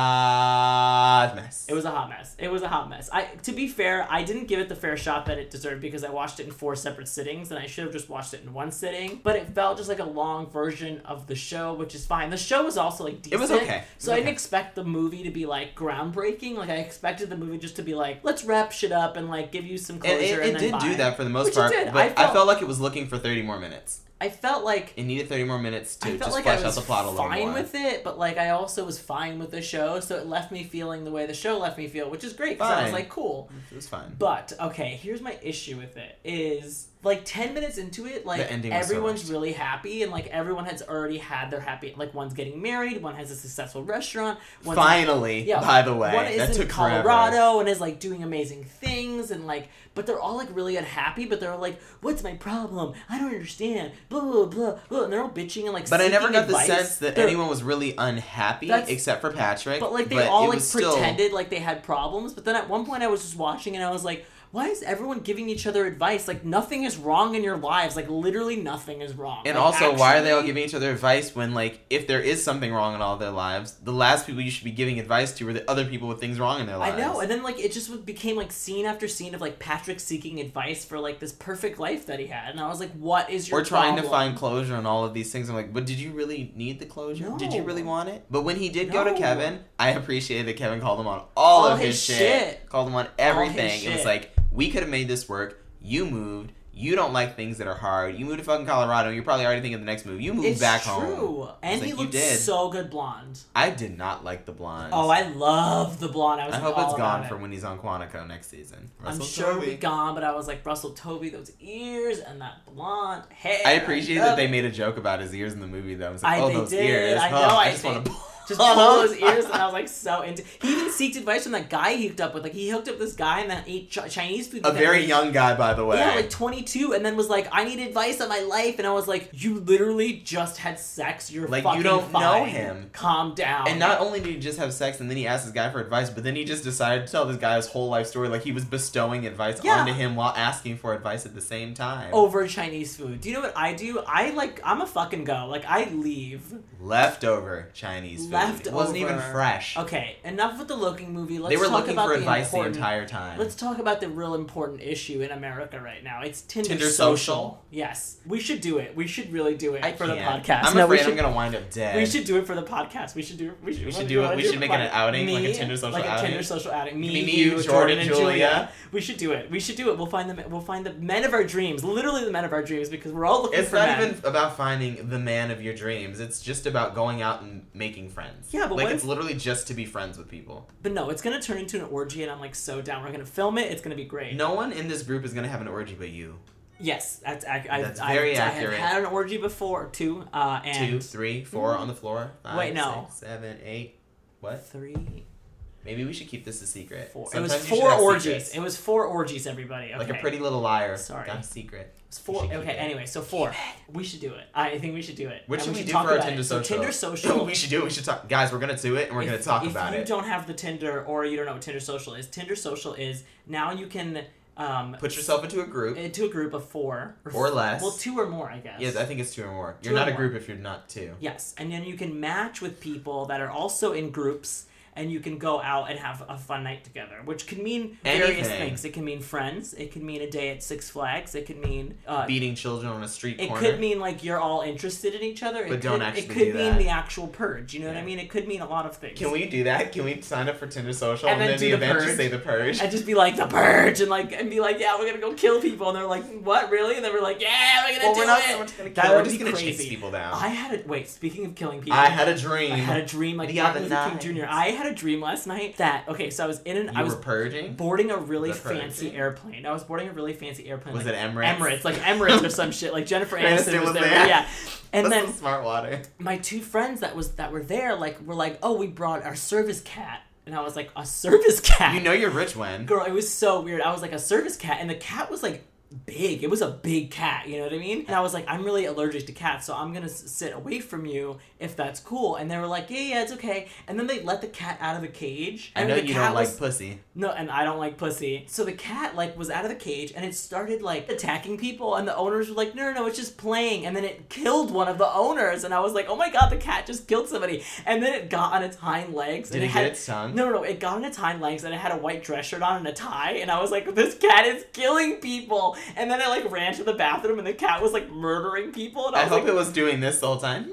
Speaker 2: hot mess.
Speaker 1: Oh. It was a hot mess. It was a hot mess. I to be fair, I didn't give it the fair shot that it deserved because I watched it in four separate sittings and I should have just watched it in one sitting. But it felt just like a long version of the show, which is fine. The show was also like decent.
Speaker 2: It was okay. It was
Speaker 1: So I didn't
Speaker 2: okay.
Speaker 1: expect the movie to be like groundbreaking. Like I expected the movie just to be like, let's wrap shit up and like give you some closure.
Speaker 2: It, it,
Speaker 1: and then
Speaker 2: it did
Speaker 1: bye.
Speaker 2: do that for the most
Speaker 1: Which it
Speaker 2: part,
Speaker 1: did.
Speaker 2: but
Speaker 1: I
Speaker 2: I felt,
Speaker 1: felt-
Speaker 2: like it was looking for 30 more minutes.
Speaker 1: I felt like
Speaker 2: It needed 30 more minutes to
Speaker 1: I
Speaker 2: just
Speaker 1: felt like
Speaker 2: flesh
Speaker 1: I
Speaker 2: out
Speaker 1: was
Speaker 2: the plot a little
Speaker 1: fine
Speaker 2: more.
Speaker 1: with it, but like I also was fine with the show, so it left me feeling the way the show left me feel, which is great because I was
Speaker 2: Fine.
Speaker 1: like, cool.
Speaker 2: It was fine.
Speaker 1: But okay, here's my issue with it is like ten minutes into it, like
Speaker 2: The ending was so
Speaker 1: everyone's
Speaker 2: rushed.
Speaker 1: really happy and like everyone has already had their happy. Like one's getting married, one has a successful restaurant, one's
Speaker 2: Finally,
Speaker 1: yeah,
Speaker 2: by the way,
Speaker 1: one is
Speaker 2: that
Speaker 1: in
Speaker 2: took
Speaker 1: Colorado
Speaker 2: forever.
Speaker 1: and is like doing amazing things and like, but they're all like really unhappy. But they're like, "What's my problem? I don't understand." Blah blah blah. blah. And they're all bitching and like.
Speaker 2: But I never
Speaker 1: seeking
Speaker 2: got
Speaker 1: advice.
Speaker 2: the sense that
Speaker 1: They're-
Speaker 2: anyone was really unhappy
Speaker 1: That's-
Speaker 2: except for Patrick.
Speaker 1: But like they all
Speaker 2: it
Speaker 1: like
Speaker 2: was still-
Speaker 1: pretended like they had problems. But then at one point I was just watching and I was like, "Why is everyone giving each other advice? Like nothing is wrong in your lives. Like literally nothing is wrong."
Speaker 2: And
Speaker 1: Like,
Speaker 2: also, why are they all
Speaker 1: actually-
Speaker 2: giving each other advice when, like, if there is something wrong in all their lives, the last people you should be giving advice to are the other people with things wrong in their lives?
Speaker 1: I know, and then like it just became like scene after scene of like Patrick seeking advice for like this perfect life that he had, and I was like, "What is your?"
Speaker 2: We're trying to
Speaker 1: problem?
Speaker 2: find closure on all of these things. I'm like, but did you really need the closure? Did you
Speaker 1: No.
Speaker 2: really want it? But when he did go to
Speaker 1: No.
Speaker 2: Kevin, I appreciated that Kevin called him on all,
Speaker 1: All
Speaker 2: of his,
Speaker 1: his
Speaker 2: shit.
Speaker 1: shit.
Speaker 2: Called him on everything. It was
Speaker 1: shit.
Speaker 2: like, we could have made this work. You moved. You don't like things that are hard. You moved to fucking Colorado. You're probably already thinking of the next move. You moved
Speaker 1: It's
Speaker 2: back
Speaker 1: true.
Speaker 2: home.
Speaker 1: and
Speaker 2: like,
Speaker 1: he
Speaker 2: you
Speaker 1: looked
Speaker 2: did.
Speaker 1: so good blonde.
Speaker 2: I did not like the blonde.
Speaker 1: Oh, I love the blonde. I was.
Speaker 2: I hope
Speaker 1: all
Speaker 2: it's
Speaker 1: about
Speaker 2: gone
Speaker 1: it.
Speaker 2: for when he's on Quantico next season.
Speaker 1: I'm
Speaker 2: Russell
Speaker 1: sure it'll be
Speaker 2: Tovey.
Speaker 1: gone, but I was like Russell Tovey, those ears and that blonde hair.
Speaker 2: I appreciate
Speaker 1: love
Speaker 2: that they
Speaker 1: it.
Speaker 2: made a joke about his ears in the movie, though. I was like,
Speaker 1: I-
Speaker 2: oh,
Speaker 1: they
Speaker 2: those
Speaker 1: did.
Speaker 2: ears.
Speaker 1: I
Speaker 2: huh,
Speaker 1: know,
Speaker 2: I
Speaker 1: I
Speaker 2: just
Speaker 1: think-
Speaker 2: want to.
Speaker 1: [LAUGHS]
Speaker 2: [LAUGHS]
Speaker 1: Just
Speaker 2: Uh-huh.
Speaker 1: pull his ears, and I was like so into. He even seeked advice from that guy he hooked up with. Like he hooked up this guy and then ate Ch- Chinese food.
Speaker 2: A
Speaker 1: with him.
Speaker 2: very young guy, by the way.
Speaker 1: Yeah, like 22, and then was like, I need advice on my life, and I was like, you literally just had sex. You're
Speaker 2: Like, you
Speaker 1: fucking
Speaker 2: don't know
Speaker 1: fine.
Speaker 2: him.
Speaker 1: Calm down.
Speaker 2: and not only did he just have sex and then he asked this guy for advice, but then he just decided to tell this guy his whole life story. Like he was bestowing advice
Speaker 1: Yeah. Oh.
Speaker 2: onto him while asking for advice at the same time.
Speaker 1: over Chinese food. Do you know what I do? I like I'm a fucking go. Like I leave.
Speaker 2: Leftover Chinese food. It wasn't even
Speaker 1: Leftover.
Speaker 2: fresh.
Speaker 1: Okay, enough with the looking movie. Let's
Speaker 2: they were
Speaker 1: talk
Speaker 2: looking
Speaker 1: about
Speaker 2: for
Speaker 1: the
Speaker 2: advice the
Speaker 1: important,
Speaker 2: entire time.
Speaker 1: Let's talk about the real important issue in America right now. It's Tinder,
Speaker 2: Tinder
Speaker 1: social.
Speaker 2: social?
Speaker 1: Yes, we should do it. We should really do it
Speaker 2: I
Speaker 1: for
Speaker 2: can't.
Speaker 1: the podcast.
Speaker 2: I'm
Speaker 1: no,
Speaker 2: afraid
Speaker 1: we should.
Speaker 2: I'm gonna wind up dead.
Speaker 1: we should do it for the podcast. We should do. We should.
Speaker 2: We should
Speaker 1: wanna-
Speaker 2: do
Speaker 1: you
Speaker 2: it-
Speaker 1: wanna
Speaker 2: we
Speaker 1: do
Speaker 2: should make an
Speaker 1: like-
Speaker 2: outing, like a
Speaker 1: me-
Speaker 2: Tinder social
Speaker 1: like a
Speaker 2: outing.
Speaker 1: Tinder social outing. Me,
Speaker 2: Me,
Speaker 1: you, Jordan, and Julia.
Speaker 2: Julia.
Speaker 1: We should do it. We should do it. We'll find the we'll find the men of our dreams. Literally the men of our dreams because we're all looking
Speaker 2: It's
Speaker 1: for
Speaker 2: not
Speaker 1: men.
Speaker 2: even about finding the man of your dreams. It's just about going out and making friends.
Speaker 1: Yeah, but
Speaker 2: like
Speaker 1: what
Speaker 2: it's
Speaker 1: if-
Speaker 2: literally just to be friends with people.
Speaker 1: But no, it's gonna turn into an orgy, and I'm like so down. We're gonna film it. It's gonna be great.
Speaker 2: No one in this group is gonna have an orgy but you.
Speaker 1: Yes, that's, ac- I,
Speaker 2: That's
Speaker 1: I,
Speaker 2: very
Speaker 1: I,
Speaker 2: accurate.
Speaker 1: have had an orgy before too, uh, and
Speaker 2: Two, three, four on the floor. Five,
Speaker 1: Wait, no.
Speaker 2: six, seven, eight. What?
Speaker 1: three,
Speaker 2: Maybe we should keep this a secret.
Speaker 1: four.
Speaker 2: Sometimes
Speaker 1: it
Speaker 2: you
Speaker 1: was
Speaker 2: should
Speaker 1: four
Speaker 2: have
Speaker 1: orgies.
Speaker 2: secrets.
Speaker 1: It was four orgies. Everybody, okay.
Speaker 2: Like a pretty little liar.
Speaker 1: Sorry.
Speaker 2: Got a secret.
Speaker 1: It was four.
Speaker 2: We should keep
Speaker 1: Okay,
Speaker 2: it.
Speaker 1: anyway, so four. We should do it. I think we should do it.
Speaker 2: What
Speaker 1: And
Speaker 2: should we do
Speaker 1: talk
Speaker 2: for our
Speaker 1: about
Speaker 2: Tinder
Speaker 1: it. So
Speaker 2: social?
Speaker 1: Tinder social.
Speaker 2: [LAUGHS] we should do it. We should talk. Guys, we're gonna do it and we're gonna talk
Speaker 1: if
Speaker 2: about
Speaker 1: you
Speaker 2: it.
Speaker 1: don't have the Tinder or you don't know what Tinder social is, Tinder social is now you can um
Speaker 2: Put yourself into a group.
Speaker 1: into a group of four
Speaker 2: Or less.
Speaker 1: Well, two or more, I guess.
Speaker 2: Yes, I think it's two or more.
Speaker 1: Two
Speaker 2: You're
Speaker 1: or
Speaker 2: not a
Speaker 1: more.
Speaker 2: group if you're not two.
Speaker 1: Yes, and then you can match with people that are also in groups, and you can go out and have a fun night together, which can mean various
Speaker 2: Anything.
Speaker 1: things. It can mean friends. It can mean a day at Six Flags. It could mean uh,
Speaker 2: Beating children on a street
Speaker 1: it
Speaker 2: corner.
Speaker 1: could mean like you're all interested in each other. It
Speaker 2: But
Speaker 1: could,
Speaker 2: don't actually
Speaker 1: It could
Speaker 2: do
Speaker 1: mean
Speaker 2: that.
Speaker 1: the actual purge. You know what I
Speaker 2: Yeah.
Speaker 1: mean? It could mean a lot of things.
Speaker 2: Can we do that? Can we sign up for Tinder Social
Speaker 1: And
Speaker 2: and,
Speaker 1: then
Speaker 2: then
Speaker 1: do
Speaker 2: the
Speaker 1: the
Speaker 2: event
Speaker 1: purge.
Speaker 2: just say the purge?
Speaker 1: And just be like the purge, and like and be like, yeah, we're gonna go kill people, and they're like, what, really? And then we're like, yeah, we're gonna
Speaker 2: Well,
Speaker 1: do
Speaker 2: we're not
Speaker 1: it.
Speaker 2: so much gonna
Speaker 1: That
Speaker 2: kill. We're
Speaker 1: would
Speaker 2: just
Speaker 1: be
Speaker 2: gonna
Speaker 1: crazy.
Speaker 2: chase people down.
Speaker 1: I had a wait. Speaking of killing people,
Speaker 2: I had a dream.
Speaker 1: I had a dream like
Speaker 2: The
Speaker 1: Martin
Speaker 2: other
Speaker 1: Luther King Jr.
Speaker 2: night.
Speaker 1: I had a dream last night that okay, so I was in an I
Speaker 2: you
Speaker 1: was
Speaker 2: were purging.
Speaker 1: boarding a really
Speaker 2: Was that correct?
Speaker 1: fancy airplane. I was boarding a really fancy airplane.
Speaker 2: Was
Speaker 1: like,
Speaker 2: it Emirates?
Speaker 1: like Emirates or some shit. Like Jennifer
Speaker 2: Aniston
Speaker 1: Aniston was
Speaker 2: was
Speaker 1: there.
Speaker 2: there.
Speaker 1: Yeah, and
Speaker 2: That's
Speaker 1: then
Speaker 2: some smart water.
Speaker 1: my two friends that was that were there like were like, oh, we brought our service cat, and I was like, a service cat.
Speaker 2: You know you're rich when.
Speaker 1: girl, it was so weird. I was like a service cat, and the cat was like big. It was a big cat, you know what I mean? And I was like, I'm really allergic to cats, so I'm gonna s- sit away from you if that's cool. And they were like, Yeah, yeah, it's okay. And then they let the cat out of the cage.
Speaker 2: I
Speaker 1: and
Speaker 2: know
Speaker 1: the
Speaker 2: you
Speaker 1: cat
Speaker 2: don't like
Speaker 1: was-
Speaker 2: pussy.
Speaker 1: no, and I don't like pussy. So the cat like was out of the cage and it started like attacking people and the owners were like, "No, no, no, it's just playing." And then it killed one of the owners and I was like, "Oh my god, the cat just killed somebody." And then it got on its hind legs
Speaker 2: Did
Speaker 1: and
Speaker 2: it
Speaker 1: it had
Speaker 2: get its tongue?
Speaker 1: No, no, no, it got on its hind legs and it had a white dress shirt on and a tie and I was like, "This cat is killing people." And then I like ran to the bathroom and the cat was like murdering people and I,
Speaker 2: I
Speaker 1: was
Speaker 2: hope
Speaker 1: like,
Speaker 2: it was doing this the whole time.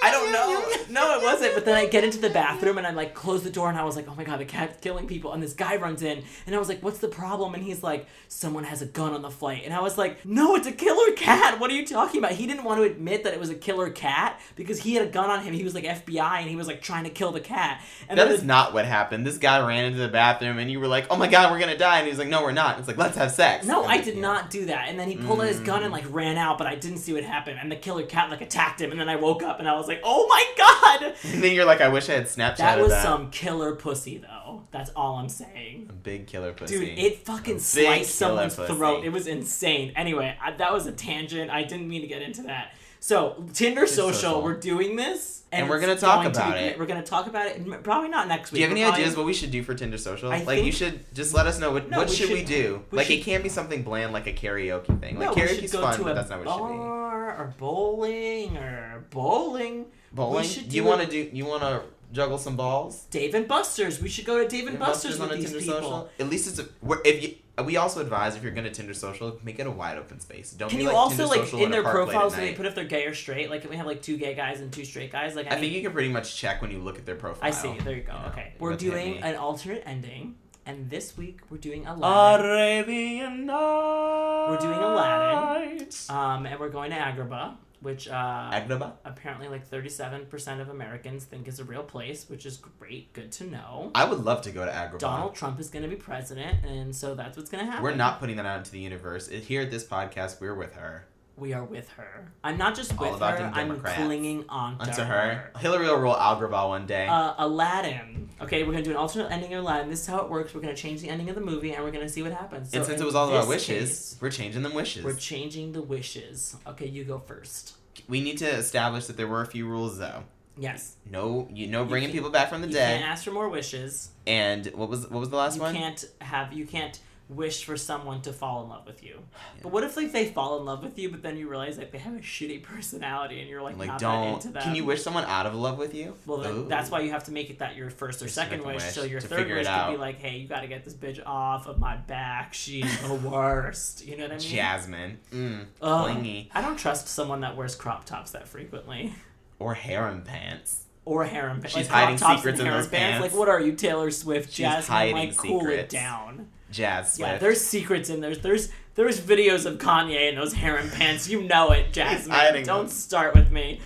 Speaker 1: I don't know. No, it wasn't. But then I get into the bathroom and I like close the door and I was like, oh my god, the cat's killing people. And this guy runs in and I was like, what's the problem? And he's like, someone has a gun on the flight. And I was like, no, it's a killer cat. What are you talking about? He didn't want to admit that it was a killer cat because he had a gun on him. He was like FBI and he was like trying to kill the cat. And
Speaker 2: That
Speaker 1: then
Speaker 2: is not what happened. This guy ran into the bathroom and you were like, oh my god, we're gonna die. And he was like, no, we're not. It's like, let's have sex.
Speaker 1: No,
Speaker 2: And
Speaker 1: I
Speaker 2: then-
Speaker 1: did not do that. And then he pulled out his gun and like ran out, but I didn't see what happened. And the killer cat like attacked him. And then I woke up and I was like, oh my god,
Speaker 2: [LAUGHS] And then you're like, I wish I had Snapchat
Speaker 1: That was
Speaker 2: that.
Speaker 1: some killer pussy, though. That's all I'm saying.
Speaker 2: Big killer pussy.
Speaker 1: Dude, it fucking
Speaker 2: Big
Speaker 1: sliced
Speaker 2: killer
Speaker 1: someone's
Speaker 2: pussy.
Speaker 1: throat. It was insane. Anyway, I, that was a tangent. I didn't mean to get into that. So, Tinder social,
Speaker 2: social.
Speaker 1: we're doing this.
Speaker 2: And we're
Speaker 1: it's
Speaker 2: gonna talk
Speaker 1: going to be
Speaker 2: about
Speaker 1: great.
Speaker 2: it.
Speaker 1: We're going to talk about it. m- Probably not next
Speaker 2: Do
Speaker 1: week.
Speaker 2: you have any
Speaker 1: We're probably-
Speaker 2: ideas what we should do for Tinder Social?
Speaker 1: I
Speaker 2: like you
Speaker 1: think-
Speaker 2: should just let us know what,
Speaker 1: No,
Speaker 2: what
Speaker 1: we
Speaker 2: should we
Speaker 1: should-
Speaker 2: do.
Speaker 1: we
Speaker 2: like
Speaker 1: should-
Speaker 2: it can't be something bland like a karaoke thing. Like
Speaker 1: No, we
Speaker 2: karaoke's
Speaker 1: should go
Speaker 2: fun,
Speaker 1: to
Speaker 2: but
Speaker 1: a
Speaker 2: that's not what it should be.
Speaker 1: bar or bowling or bowling.
Speaker 2: Bowling?
Speaker 1: should
Speaker 2: you
Speaker 1: do
Speaker 2: want to do? You want to juggle some balls?
Speaker 1: Dave and Buster's. We should go to Dave and,
Speaker 2: Your
Speaker 1: Buster's,
Speaker 2: Buster's
Speaker 1: with these people.
Speaker 2: At least it's a. we're- If you, we also advise if you're going to Tinder Social, make it a wide open space. Don't
Speaker 1: Can
Speaker 2: be
Speaker 1: you
Speaker 2: like
Speaker 1: also
Speaker 2: Tinder
Speaker 1: like
Speaker 2: Social
Speaker 1: in
Speaker 2: at a
Speaker 1: their
Speaker 2: park late at
Speaker 1: profiles? Do they
Speaker 2: night.
Speaker 1: put if they're gay or straight? Like, can we have like two gay guys and two straight guys? Like, I,
Speaker 2: I
Speaker 1: need-
Speaker 2: think you can pretty much check when you look at their profile.
Speaker 1: I see. There you go.
Speaker 2: Yeah.
Speaker 1: okay,
Speaker 2: It
Speaker 1: we're
Speaker 2: must hit
Speaker 1: doing
Speaker 2: me.
Speaker 1: an alternate ending, and this week we're doing Aladdin.
Speaker 2: Arabian Nights.
Speaker 1: We're doing Aladdin. um, and we're going to Agrabah, which uh,
Speaker 2: Agrabah.
Speaker 1: apparently like thirty-seven percent of Americans think is a real place, which is great. Good to know.
Speaker 2: I would love to go to Agrabah.
Speaker 1: Donald Trump is going to be president, and so that's what's going to happen.
Speaker 2: We're not putting that out into the universe. It- Here at this podcast, we're with her.
Speaker 1: we are with her. I'm not just
Speaker 2: All
Speaker 1: with
Speaker 2: about
Speaker 1: her.
Speaker 2: them
Speaker 1: I'm
Speaker 2: Democrats.
Speaker 1: clinging on
Speaker 2: Onto her. Hillary will rule Algrabah one day.
Speaker 1: Uh, Aladdin. Okay, we're gonna do an alternate ending of Aladdin. This is how it works. We're gonna change the ending of the movie, and we're gonna see what happens. So
Speaker 2: and since
Speaker 1: in
Speaker 2: it was all about
Speaker 1: this
Speaker 2: wishes,
Speaker 1: case,
Speaker 2: we're changing them wishes.
Speaker 1: we're changing the wishes. Okay, you go first.
Speaker 2: we need to establish that there were a few rules though.
Speaker 1: Yes.
Speaker 2: No, you no
Speaker 1: You
Speaker 2: bringing
Speaker 1: can't-
Speaker 2: people back from the
Speaker 1: you
Speaker 2: dead.
Speaker 1: can't ask for more wishes.
Speaker 2: And what was what was the last
Speaker 1: you
Speaker 2: one?
Speaker 1: can't have. You can't wish for someone to fall in love with you. But what if like they fall in love with you, but then you realize like they have a shitty [LAUGHS] personality, and you're like,
Speaker 2: Like
Speaker 1: not that
Speaker 2: don't.
Speaker 1: into them.
Speaker 2: Can you wish someone out of love with you?
Speaker 1: Well, then
Speaker 2: Ooh.
Speaker 1: that's why you have to make it that your first or
Speaker 2: Just
Speaker 1: second
Speaker 2: make a
Speaker 1: wish,
Speaker 2: wish
Speaker 1: so your
Speaker 2: to
Speaker 1: third
Speaker 2: figure it
Speaker 1: wish could be
Speaker 2: out.
Speaker 1: like, "Hey, you got to get this bitch off of my back. She's the [LAUGHS] worst." You know what I mean?
Speaker 2: Jasmine. Mm,
Speaker 1: Ugh.
Speaker 2: clingy.
Speaker 1: I don't trust someone that wears crop tops that frequently
Speaker 2: Or harem pants.
Speaker 1: or harem pants. like,
Speaker 2: She's
Speaker 1: crop
Speaker 2: hiding
Speaker 1: tops
Speaker 2: secrets
Speaker 1: and
Speaker 2: in
Speaker 1: harem
Speaker 2: those
Speaker 1: pants.
Speaker 2: pants.
Speaker 1: Like, what are you, Taylor Swift?
Speaker 2: She's
Speaker 1: Jasmine,
Speaker 2: hiding
Speaker 1: like, cool it
Speaker 2: secrets.
Speaker 1: down.
Speaker 2: Jazz Swift.
Speaker 1: Yeah, there's secrets in there. There's there's videos of Kanye in those harem pants. You know it, Jasmine.
Speaker 2: hiding
Speaker 1: Don't
Speaker 2: them.
Speaker 1: start with me.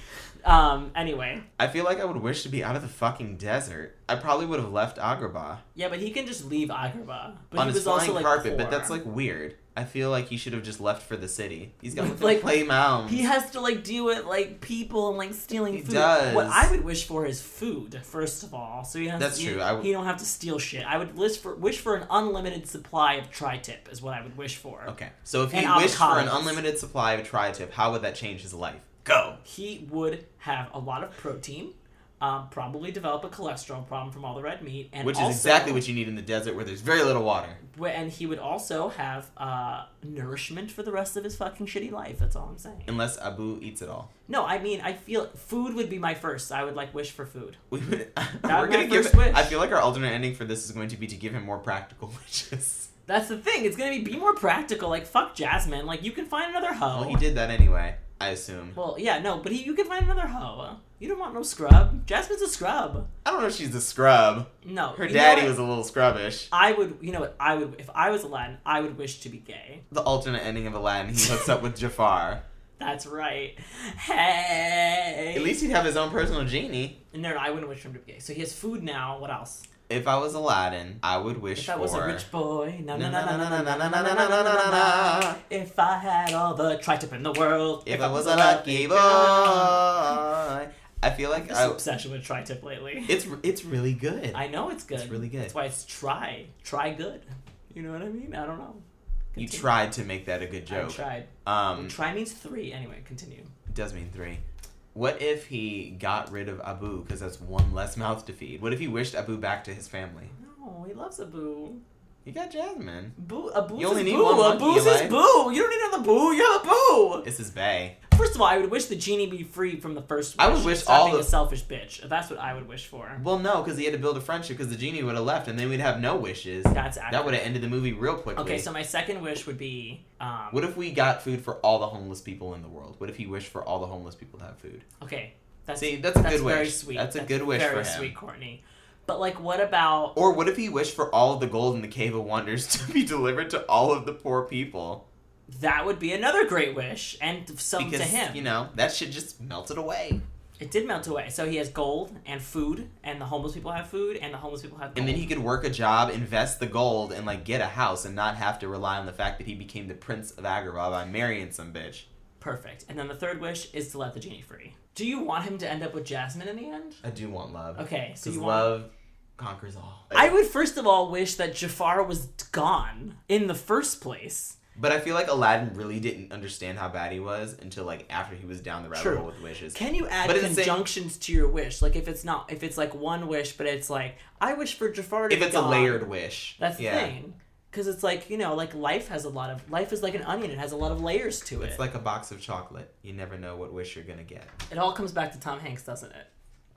Speaker 1: Um. Anyway.
Speaker 2: I feel like I would wish to be out of the fucking desert. I probably would have left Agrabah
Speaker 1: Yeah, but he can just leave Agrabah. But
Speaker 2: on
Speaker 1: he
Speaker 2: his
Speaker 1: was
Speaker 2: flying
Speaker 1: also like
Speaker 2: carpet,
Speaker 1: poor.
Speaker 2: but that's like weird. I feel like he should have just left for the city.
Speaker 1: [LAUGHS]
Speaker 2: He's got
Speaker 1: Like,
Speaker 2: like clay mounds.
Speaker 1: He has to like deal with like people and like stealing
Speaker 2: He
Speaker 1: food.
Speaker 2: does.
Speaker 1: What I would wish for is food, first of all. So he has
Speaker 2: That's
Speaker 1: he,
Speaker 2: true, I would-
Speaker 1: he don't have to steal shit. I would wish for wish for an unlimited supply of tri-tip is what I would wish for.
Speaker 2: okay, so if he
Speaker 1: And
Speaker 2: wished for an
Speaker 1: avocados.
Speaker 2: unlimited supply of tri-tip, how would that change his life? Go.
Speaker 1: He would have a lot of protein, um, probably develop a cholesterol problem from all the red meat, and
Speaker 2: Which
Speaker 1: also,
Speaker 2: is exactly what you need in the desert where there's very little water.
Speaker 1: wh- And he would also have uh, nourishment for the rest of his fucking shitty life. That's all I'm saying.
Speaker 2: Unless Abu eats it all. [LAUGHS]
Speaker 1: No, I mean I feel food would be my first. I would like wish for food.
Speaker 2: We would,
Speaker 1: my
Speaker 2: [LAUGHS] we're gonna give.
Speaker 1: first wish.
Speaker 2: I feel like our alternate ending for this is going to be to give him more practical [LAUGHS] wishes.
Speaker 1: That's the thing. It's gonna be be more practical. Like fuck Jasmine. Like you can find another hoe.
Speaker 2: Well, he did that anyway. I assume.
Speaker 1: Well, yeah, no, but he, you can find another hoe. You don't want no scrub. Jasmine's a scrub.
Speaker 2: I don't know if she's a scrub.
Speaker 1: No,
Speaker 2: Her
Speaker 1: you know
Speaker 2: daddy
Speaker 1: what?
Speaker 2: was a little scrubbish.
Speaker 1: I would, you know what? I would, if I was Aladdin, I would wish to be gay.
Speaker 2: The alternate ending of Aladdin, he hooks up
Speaker 1: [LAUGHS]
Speaker 2: with Jafar.
Speaker 1: That's right. Hey.
Speaker 2: At least he'd have his own personal genie.
Speaker 1: No, no, I wouldn't wish for him to be gay. So he has food now. What else?
Speaker 2: If I was Aladdin, I would wish
Speaker 1: If I
Speaker 2: for.
Speaker 1: was a rich boy, na na na na na na na na na na na na na. na.
Speaker 2: Na-na-na-na-na-na-na-na-na-na-na.
Speaker 1: If I had all the tri-tip in the world.
Speaker 2: If I was a lucky boy, I feel like
Speaker 1: This
Speaker 2: I,
Speaker 1: obsession with tri-tip lately.
Speaker 2: it's it's really good.
Speaker 1: [LAUGHS] I know it's good.
Speaker 2: It's really good.
Speaker 1: That's why it's try. Try good. You know what I mean? I don't know.
Speaker 2: You
Speaker 1: Continue.
Speaker 2: tried to make that a good joke.
Speaker 1: I tried.
Speaker 2: Um,
Speaker 1: try means three. Anyway, continue.
Speaker 2: It does mean three. What if he got rid of Abu because that's one less mouth to feed? What if he wished Abu back to his family?
Speaker 1: No, Oh, he loves Abu.
Speaker 2: You got Jasmine.
Speaker 1: Boo. A boo's
Speaker 2: You only
Speaker 1: is
Speaker 2: need
Speaker 1: boo.
Speaker 2: one
Speaker 1: a
Speaker 2: monkey,
Speaker 1: boo's is
Speaker 2: Eli.
Speaker 1: boo. You don't need another boo. You have a boo.
Speaker 2: This is Bay.
Speaker 1: First of all, I would wish the genie be free from the first.
Speaker 2: I would
Speaker 1: and
Speaker 2: wish
Speaker 1: stop
Speaker 2: all
Speaker 1: being
Speaker 2: the-
Speaker 1: a selfish bitch. That's what I would wish for.
Speaker 2: Well, no, because he had to build a friendship because the genie would have left and then we'd have no wishes.
Speaker 1: That's accurate.
Speaker 2: That would have ended the movie real quickly.
Speaker 1: okay, so my second wish would be. Um,
Speaker 2: What if we got food for all the homeless people in the world? What if he wished for all the homeless people to have food?
Speaker 1: okay, that's
Speaker 2: See, that's a
Speaker 1: that's
Speaker 2: good
Speaker 1: very
Speaker 2: wish.
Speaker 1: sweet.
Speaker 2: That's a good wish
Speaker 1: very
Speaker 2: for him.
Speaker 1: sweet, Courtney. But like, what about?
Speaker 2: Or what if he wished for all of the gold in the Cave of Wonders [LAUGHS] to be delivered to all of the poor people?
Speaker 1: That would be another great wish, and some
Speaker 2: Because,
Speaker 1: to him.
Speaker 2: you know, that shit just melted away.
Speaker 1: It did melt away. So he has gold and food, and the homeless people have food, and the homeless people have gold.
Speaker 2: And then he could work a job, invest the gold, and like get a house and not have to rely on the fact that he became the prince of Agrabah by marrying some bitch.
Speaker 1: Perfect. And then the third wish is to let the genie free. Do you want him to end up with Jasmine in the end?
Speaker 2: I do want love.
Speaker 1: Okay, so
Speaker 2: Because
Speaker 1: you want.
Speaker 2: love conquers all.
Speaker 1: I would first of all wish that Jafar was gone in the first place.
Speaker 2: but I feel like Aladdin really didn't understand how bad he was until like after he was down the rabbit
Speaker 1: True.
Speaker 2: hole with wishes.
Speaker 1: Can you add
Speaker 2: But it's the same-
Speaker 1: conjunctions to your wish? Like if it's not, if it's like one wish, but it's like I wish for Jafar to
Speaker 2: if
Speaker 1: be
Speaker 2: it's a
Speaker 1: gone.
Speaker 2: layered wish.
Speaker 1: That's the
Speaker 2: yeah.
Speaker 1: thing. Because it's like you know, like life has a lot of life is like an onion. It has a lot of layers to it.
Speaker 2: It's like a box of chocolate. You never know what wish you're gonna get.
Speaker 1: It all comes back to Tom Hanks, doesn't it?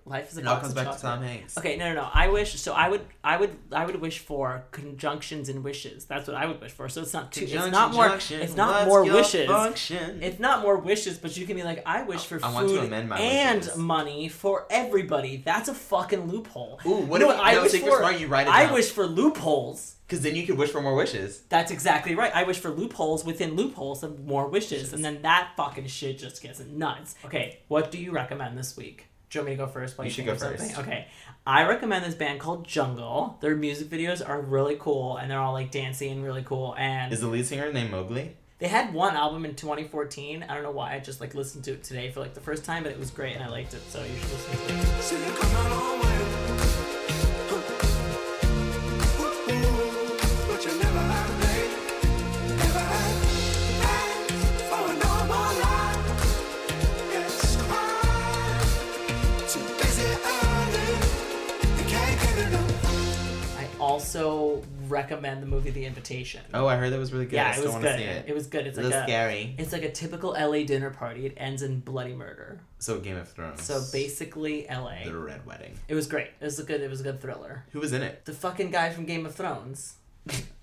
Speaker 1: Life is a
Speaker 2: It all
Speaker 1: box
Speaker 2: comes
Speaker 1: of
Speaker 2: back
Speaker 1: chocolate.
Speaker 2: to Tom Hanks.
Speaker 1: Okay, no, no, no. I wish so. I would, I would, I would wish for conjunctions and wishes. That's what I would wish for. So it's not two. It's not more.
Speaker 2: Conjunction,
Speaker 1: It's not
Speaker 2: what's
Speaker 1: more
Speaker 2: your
Speaker 1: wishes.
Speaker 2: Function?
Speaker 1: It's not more wishes, but you can be like, I wish for
Speaker 2: I
Speaker 1: food
Speaker 2: want to amend my
Speaker 1: and
Speaker 2: wishes.
Speaker 1: money for everybody. That's a fucking loophole.
Speaker 2: Ooh, what
Speaker 1: You know
Speaker 2: if
Speaker 1: I
Speaker 2: no,
Speaker 1: wish
Speaker 2: so if
Speaker 1: for?
Speaker 2: you're smart, you write it
Speaker 1: I
Speaker 2: down.
Speaker 1: wish for loopholes.
Speaker 2: Because then you could wish for more wishes.
Speaker 1: That's exactly right. I wish for loopholes within loopholes and more wishes, and then that fucking shit just gets nuts. Okay, what do you recommend this week? Do you want me to go first? While
Speaker 2: You
Speaker 1: you
Speaker 2: should
Speaker 1: think
Speaker 2: go
Speaker 1: of something?
Speaker 2: first.
Speaker 1: Okay, I recommend this band called Jungle. Their music videos are really cool, and they're all like dancing and really cool. And
Speaker 2: Is the lead singer named Mowgli?
Speaker 1: They had one album in 2014. I don't know why. I just like listened to it today for like the first time, but it was great and I liked it. So you should listen to it. I also recommend the movie The Invitation.
Speaker 2: Oh, I heard that was really good. I
Speaker 1: yeah, it
Speaker 2: still
Speaker 1: was
Speaker 2: want to
Speaker 1: good.
Speaker 2: see
Speaker 1: It.
Speaker 2: it.
Speaker 1: was good. It's
Speaker 2: a little
Speaker 1: like a
Speaker 2: scary.
Speaker 1: it's like a typical LA dinner party. It ends in bloody murder.
Speaker 2: So Game of Thrones.
Speaker 1: So basically LA.
Speaker 2: the Red Wedding.
Speaker 1: It was great. It was a good it was a good thriller.
Speaker 2: Who was in it? [LAUGHS]
Speaker 1: The fucking guy from Game of Thrones.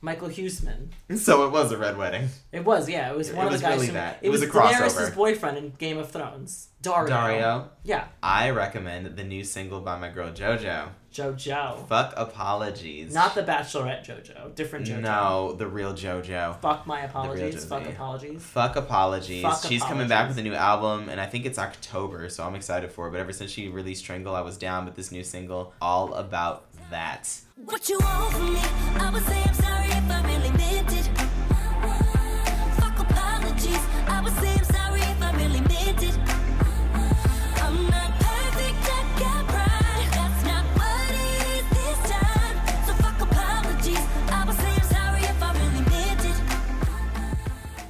Speaker 1: Michael Huseman.
Speaker 2: So it was a Red Wedding.
Speaker 1: It was, yeah. It was
Speaker 2: It
Speaker 1: one of
Speaker 2: was
Speaker 1: the guys.
Speaker 2: really
Speaker 1: from,
Speaker 2: that.
Speaker 1: It,
Speaker 2: It
Speaker 1: was,
Speaker 2: was a
Speaker 1: Daenerys'
Speaker 2: crossover.
Speaker 1: boyfriend in Game of Thrones, Dario.
Speaker 2: Dario.
Speaker 1: Yeah,
Speaker 2: I recommend the new single by my girl JoJo.
Speaker 1: JoJo.
Speaker 2: Fuck apologies.
Speaker 1: Not the Bachelorette JoJo. Different JoJo.
Speaker 2: No, the real JoJo.
Speaker 1: Fuck my apologies.
Speaker 2: JoJo,
Speaker 1: Fuck
Speaker 2: yeah.
Speaker 1: apologies.
Speaker 2: Fuck apologies.
Speaker 1: Fuck
Speaker 2: She's coming back
Speaker 1: apologies.
Speaker 2: with a new album, and I think it's October, so I'm excited for it. But ever since she released Tringle, I was down. But this new single, all about that.
Speaker 3: What you want from me? I would say I'm sorry if I really meant it. Fuck apologies. I would say I'm sorry if I really meant it. I'm not perfect, I got pride. That's not what it is this time. So fuck apologies. I would say I'm sorry if I really meant it.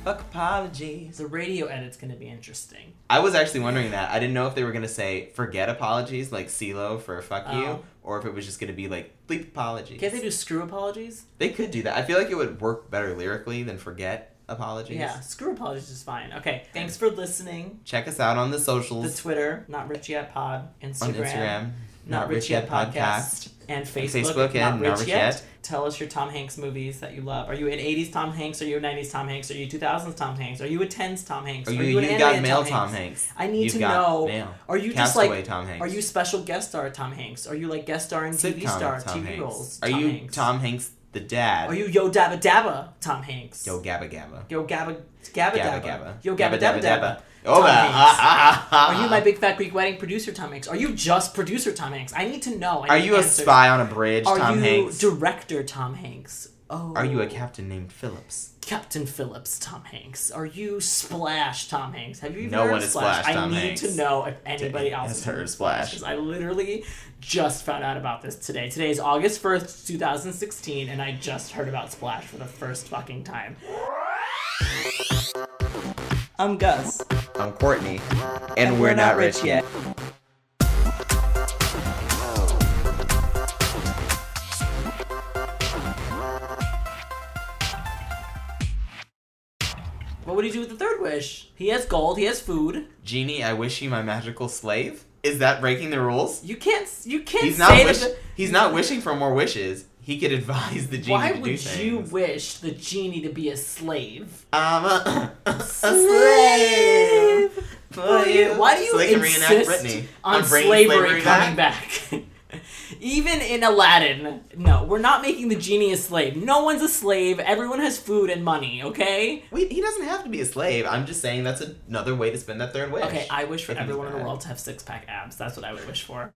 Speaker 2: Fuck apologies.
Speaker 1: The radio edit's gonna be interesting.
Speaker 2: I was actually wondering that. I didn't know if they were gonna say forget apologies, like CeeLo for fuck you,
Speaker 1: Oh.
Speaker 2: or if it was just gonna be like bleep apologies.
Speaker 1: Can't they do screw apologies?
Speaker 2: They could do that. I feel like it would work better lyrically than forget apologies.
Speaker 1: Yeah, screw apologies is fine. Okay, thanks for listening.
Speaker 2: Check us out on the
Speaker 1: The
Speaker 2: socials
Speaker 1: Twitter, not rich yet pod, Instagram,
Speaker 2: on Instagram,
Speaker 1: not, rich yet podcast, and Facebook,
Speaker 2: Facebook
Speaker 1: not,
Speaker 2: and
Speaker 1: rich, yet. Tell us your Tom Hanks movies that you love. Are you an '80s Tom Hanks? Are you a '90s Tom Hanks? Are you 2000s Tom Hanks? Are you a '10s Tom Hanks?
Speaker 2: Are you,
Speaker 1: an
Speaker 2: you've got
Speaker 1: animated
Speaker 2: male Tom Hanks.
Speaker 1: I need
Speaker 2: You've
Speaker 1: to
Speaker 2: got
Speaker 1: know.
Speaker 2: male.
Speaker 1: Are you just
Speaker 2: Castaway
Speaker 1: like?
Speaker 2: Tom Hanks.
Speaker 1: Are you special guest star Tom Hanks? Are you like guest star in TV
Speaker 2: Sitcom
Speaker 1: star
Speaker 2: Tom
Speaker 1: TV
Speaker 2: Hanks.
Speaker 1: roles?
Speaker 2: Are
Speaker 1: Tom
Speaker 2: you
Speaker 1: Hanks?
Speaker 2: Tom Hanks the dad?
Speaker 1: Are you Yo Dabba Dabba Tom Hanks?
Speaker 2: Yo Gabba Gabba.
Speaker 1: Yo Gabba Gabba
Speaker 2: Gabba
Speaker 1: Dabba.
Speaker 2: Gabba.
Speaker 1: Yo Gabba Dabba Dabba.
Speaker 2: Oh,
Speaker 1: Tom
Speaker 2: bah,
Speaker 1: Hanks.
Speaker 2: ah, ah, ah, ah,
Speaker 1: Are you
Speaker 2: ah.
Speaker 1: my big fat Greek wedding producer Tom Hanks? Are you just producer Tom Hanks? I need to know. I
Speaker 2: [LAUGHS] Are
Speaker 1: need
Speaker 2: you a
Speaker 1: answers.
Speaker 2: spy on a bridge,
Speaker 1: Are
Speaker 2: Tom
Speaker 1: you
Speaker 2: Hanks?
Speaker 1: director Tom Hanks? Oh.
Speaker 2: Are you a captain named Phillips?
Speaker 1: Captain Phillips Tom Hanks? Are you Splash Tom Hanks? Have you even
Speaker 2: No
Speaker 1: heard
Speaker 2: one
Speaker 1: of
Speaker 2: is
Speaker 1: Splash?
Speaker 2: Splash
Speaker 1: I
Speaker 2: Tom
Speaker 1: need
Speaker 2: Hanks.
Speaker 1: to know if anybody
Speaker 2: Has
Speaker 1: else has
Speaker 2: heard
Speaker 1: heard of
Speaker 2: Splash.
Speaker 1: Splash. 'cause I literally just found out about this today. Today is August first, two thousand sixteen, and I just heard about Splash for the first fucking time. I'm Gus.
Speaker 2: I'm Courtney, and, we're, not rich yet.
Speaker 1: What would he do with the third wish? He has gold. He has food.
Speaker 2: Genie, I wish you my magical slave. Is that breaking the rules?
Speaker 1: You can't. You can't
Speaker 2: He's
Speaker 1: say
Speaker 2: not
Speaker 1: that.
Speaker 2: wish-
Speaker 1: the-
Speaker 2: He's not wishing for more wishes. He could advise the genie
Speaker 1: Why
Speaker 2: to do
Speaker 1: would you
Speaker 2: things.
Speaker 1: wish the genie to be a slave?
Speaker 2: I'm a, a
Speaker 1: Slave.
Speaker 2: [LAUGHS] slave
Speaker 1: Why
Speaker 2: for
Speaker 1: do you-
Speaker 2: you.
Speaker 1: why do you
Speaker 2: so they can reenact
Speaker 1: insist
Speaker 2: Britney.
Speaker 1: on
Speaker 2: I'm bringing
Speaker 1: slavery, coming
Speaker 2: [LAUGHS]
Speaker 1: back? Even in Aladdin, no, we're not making the genie a slave. No one's a slave. Everyone has food and money. Okay.
Speaker 2: Wait, he doesn't have to be a slave. I'm just saying that's another way to spend that third wish.
Speaker 1: Okay. I wish for
Speaker 2: If he's
Speaker 1: everyone in the
Speaker 2: bad.
Speaker 1: world to have six pack abs. That's what I would wish for.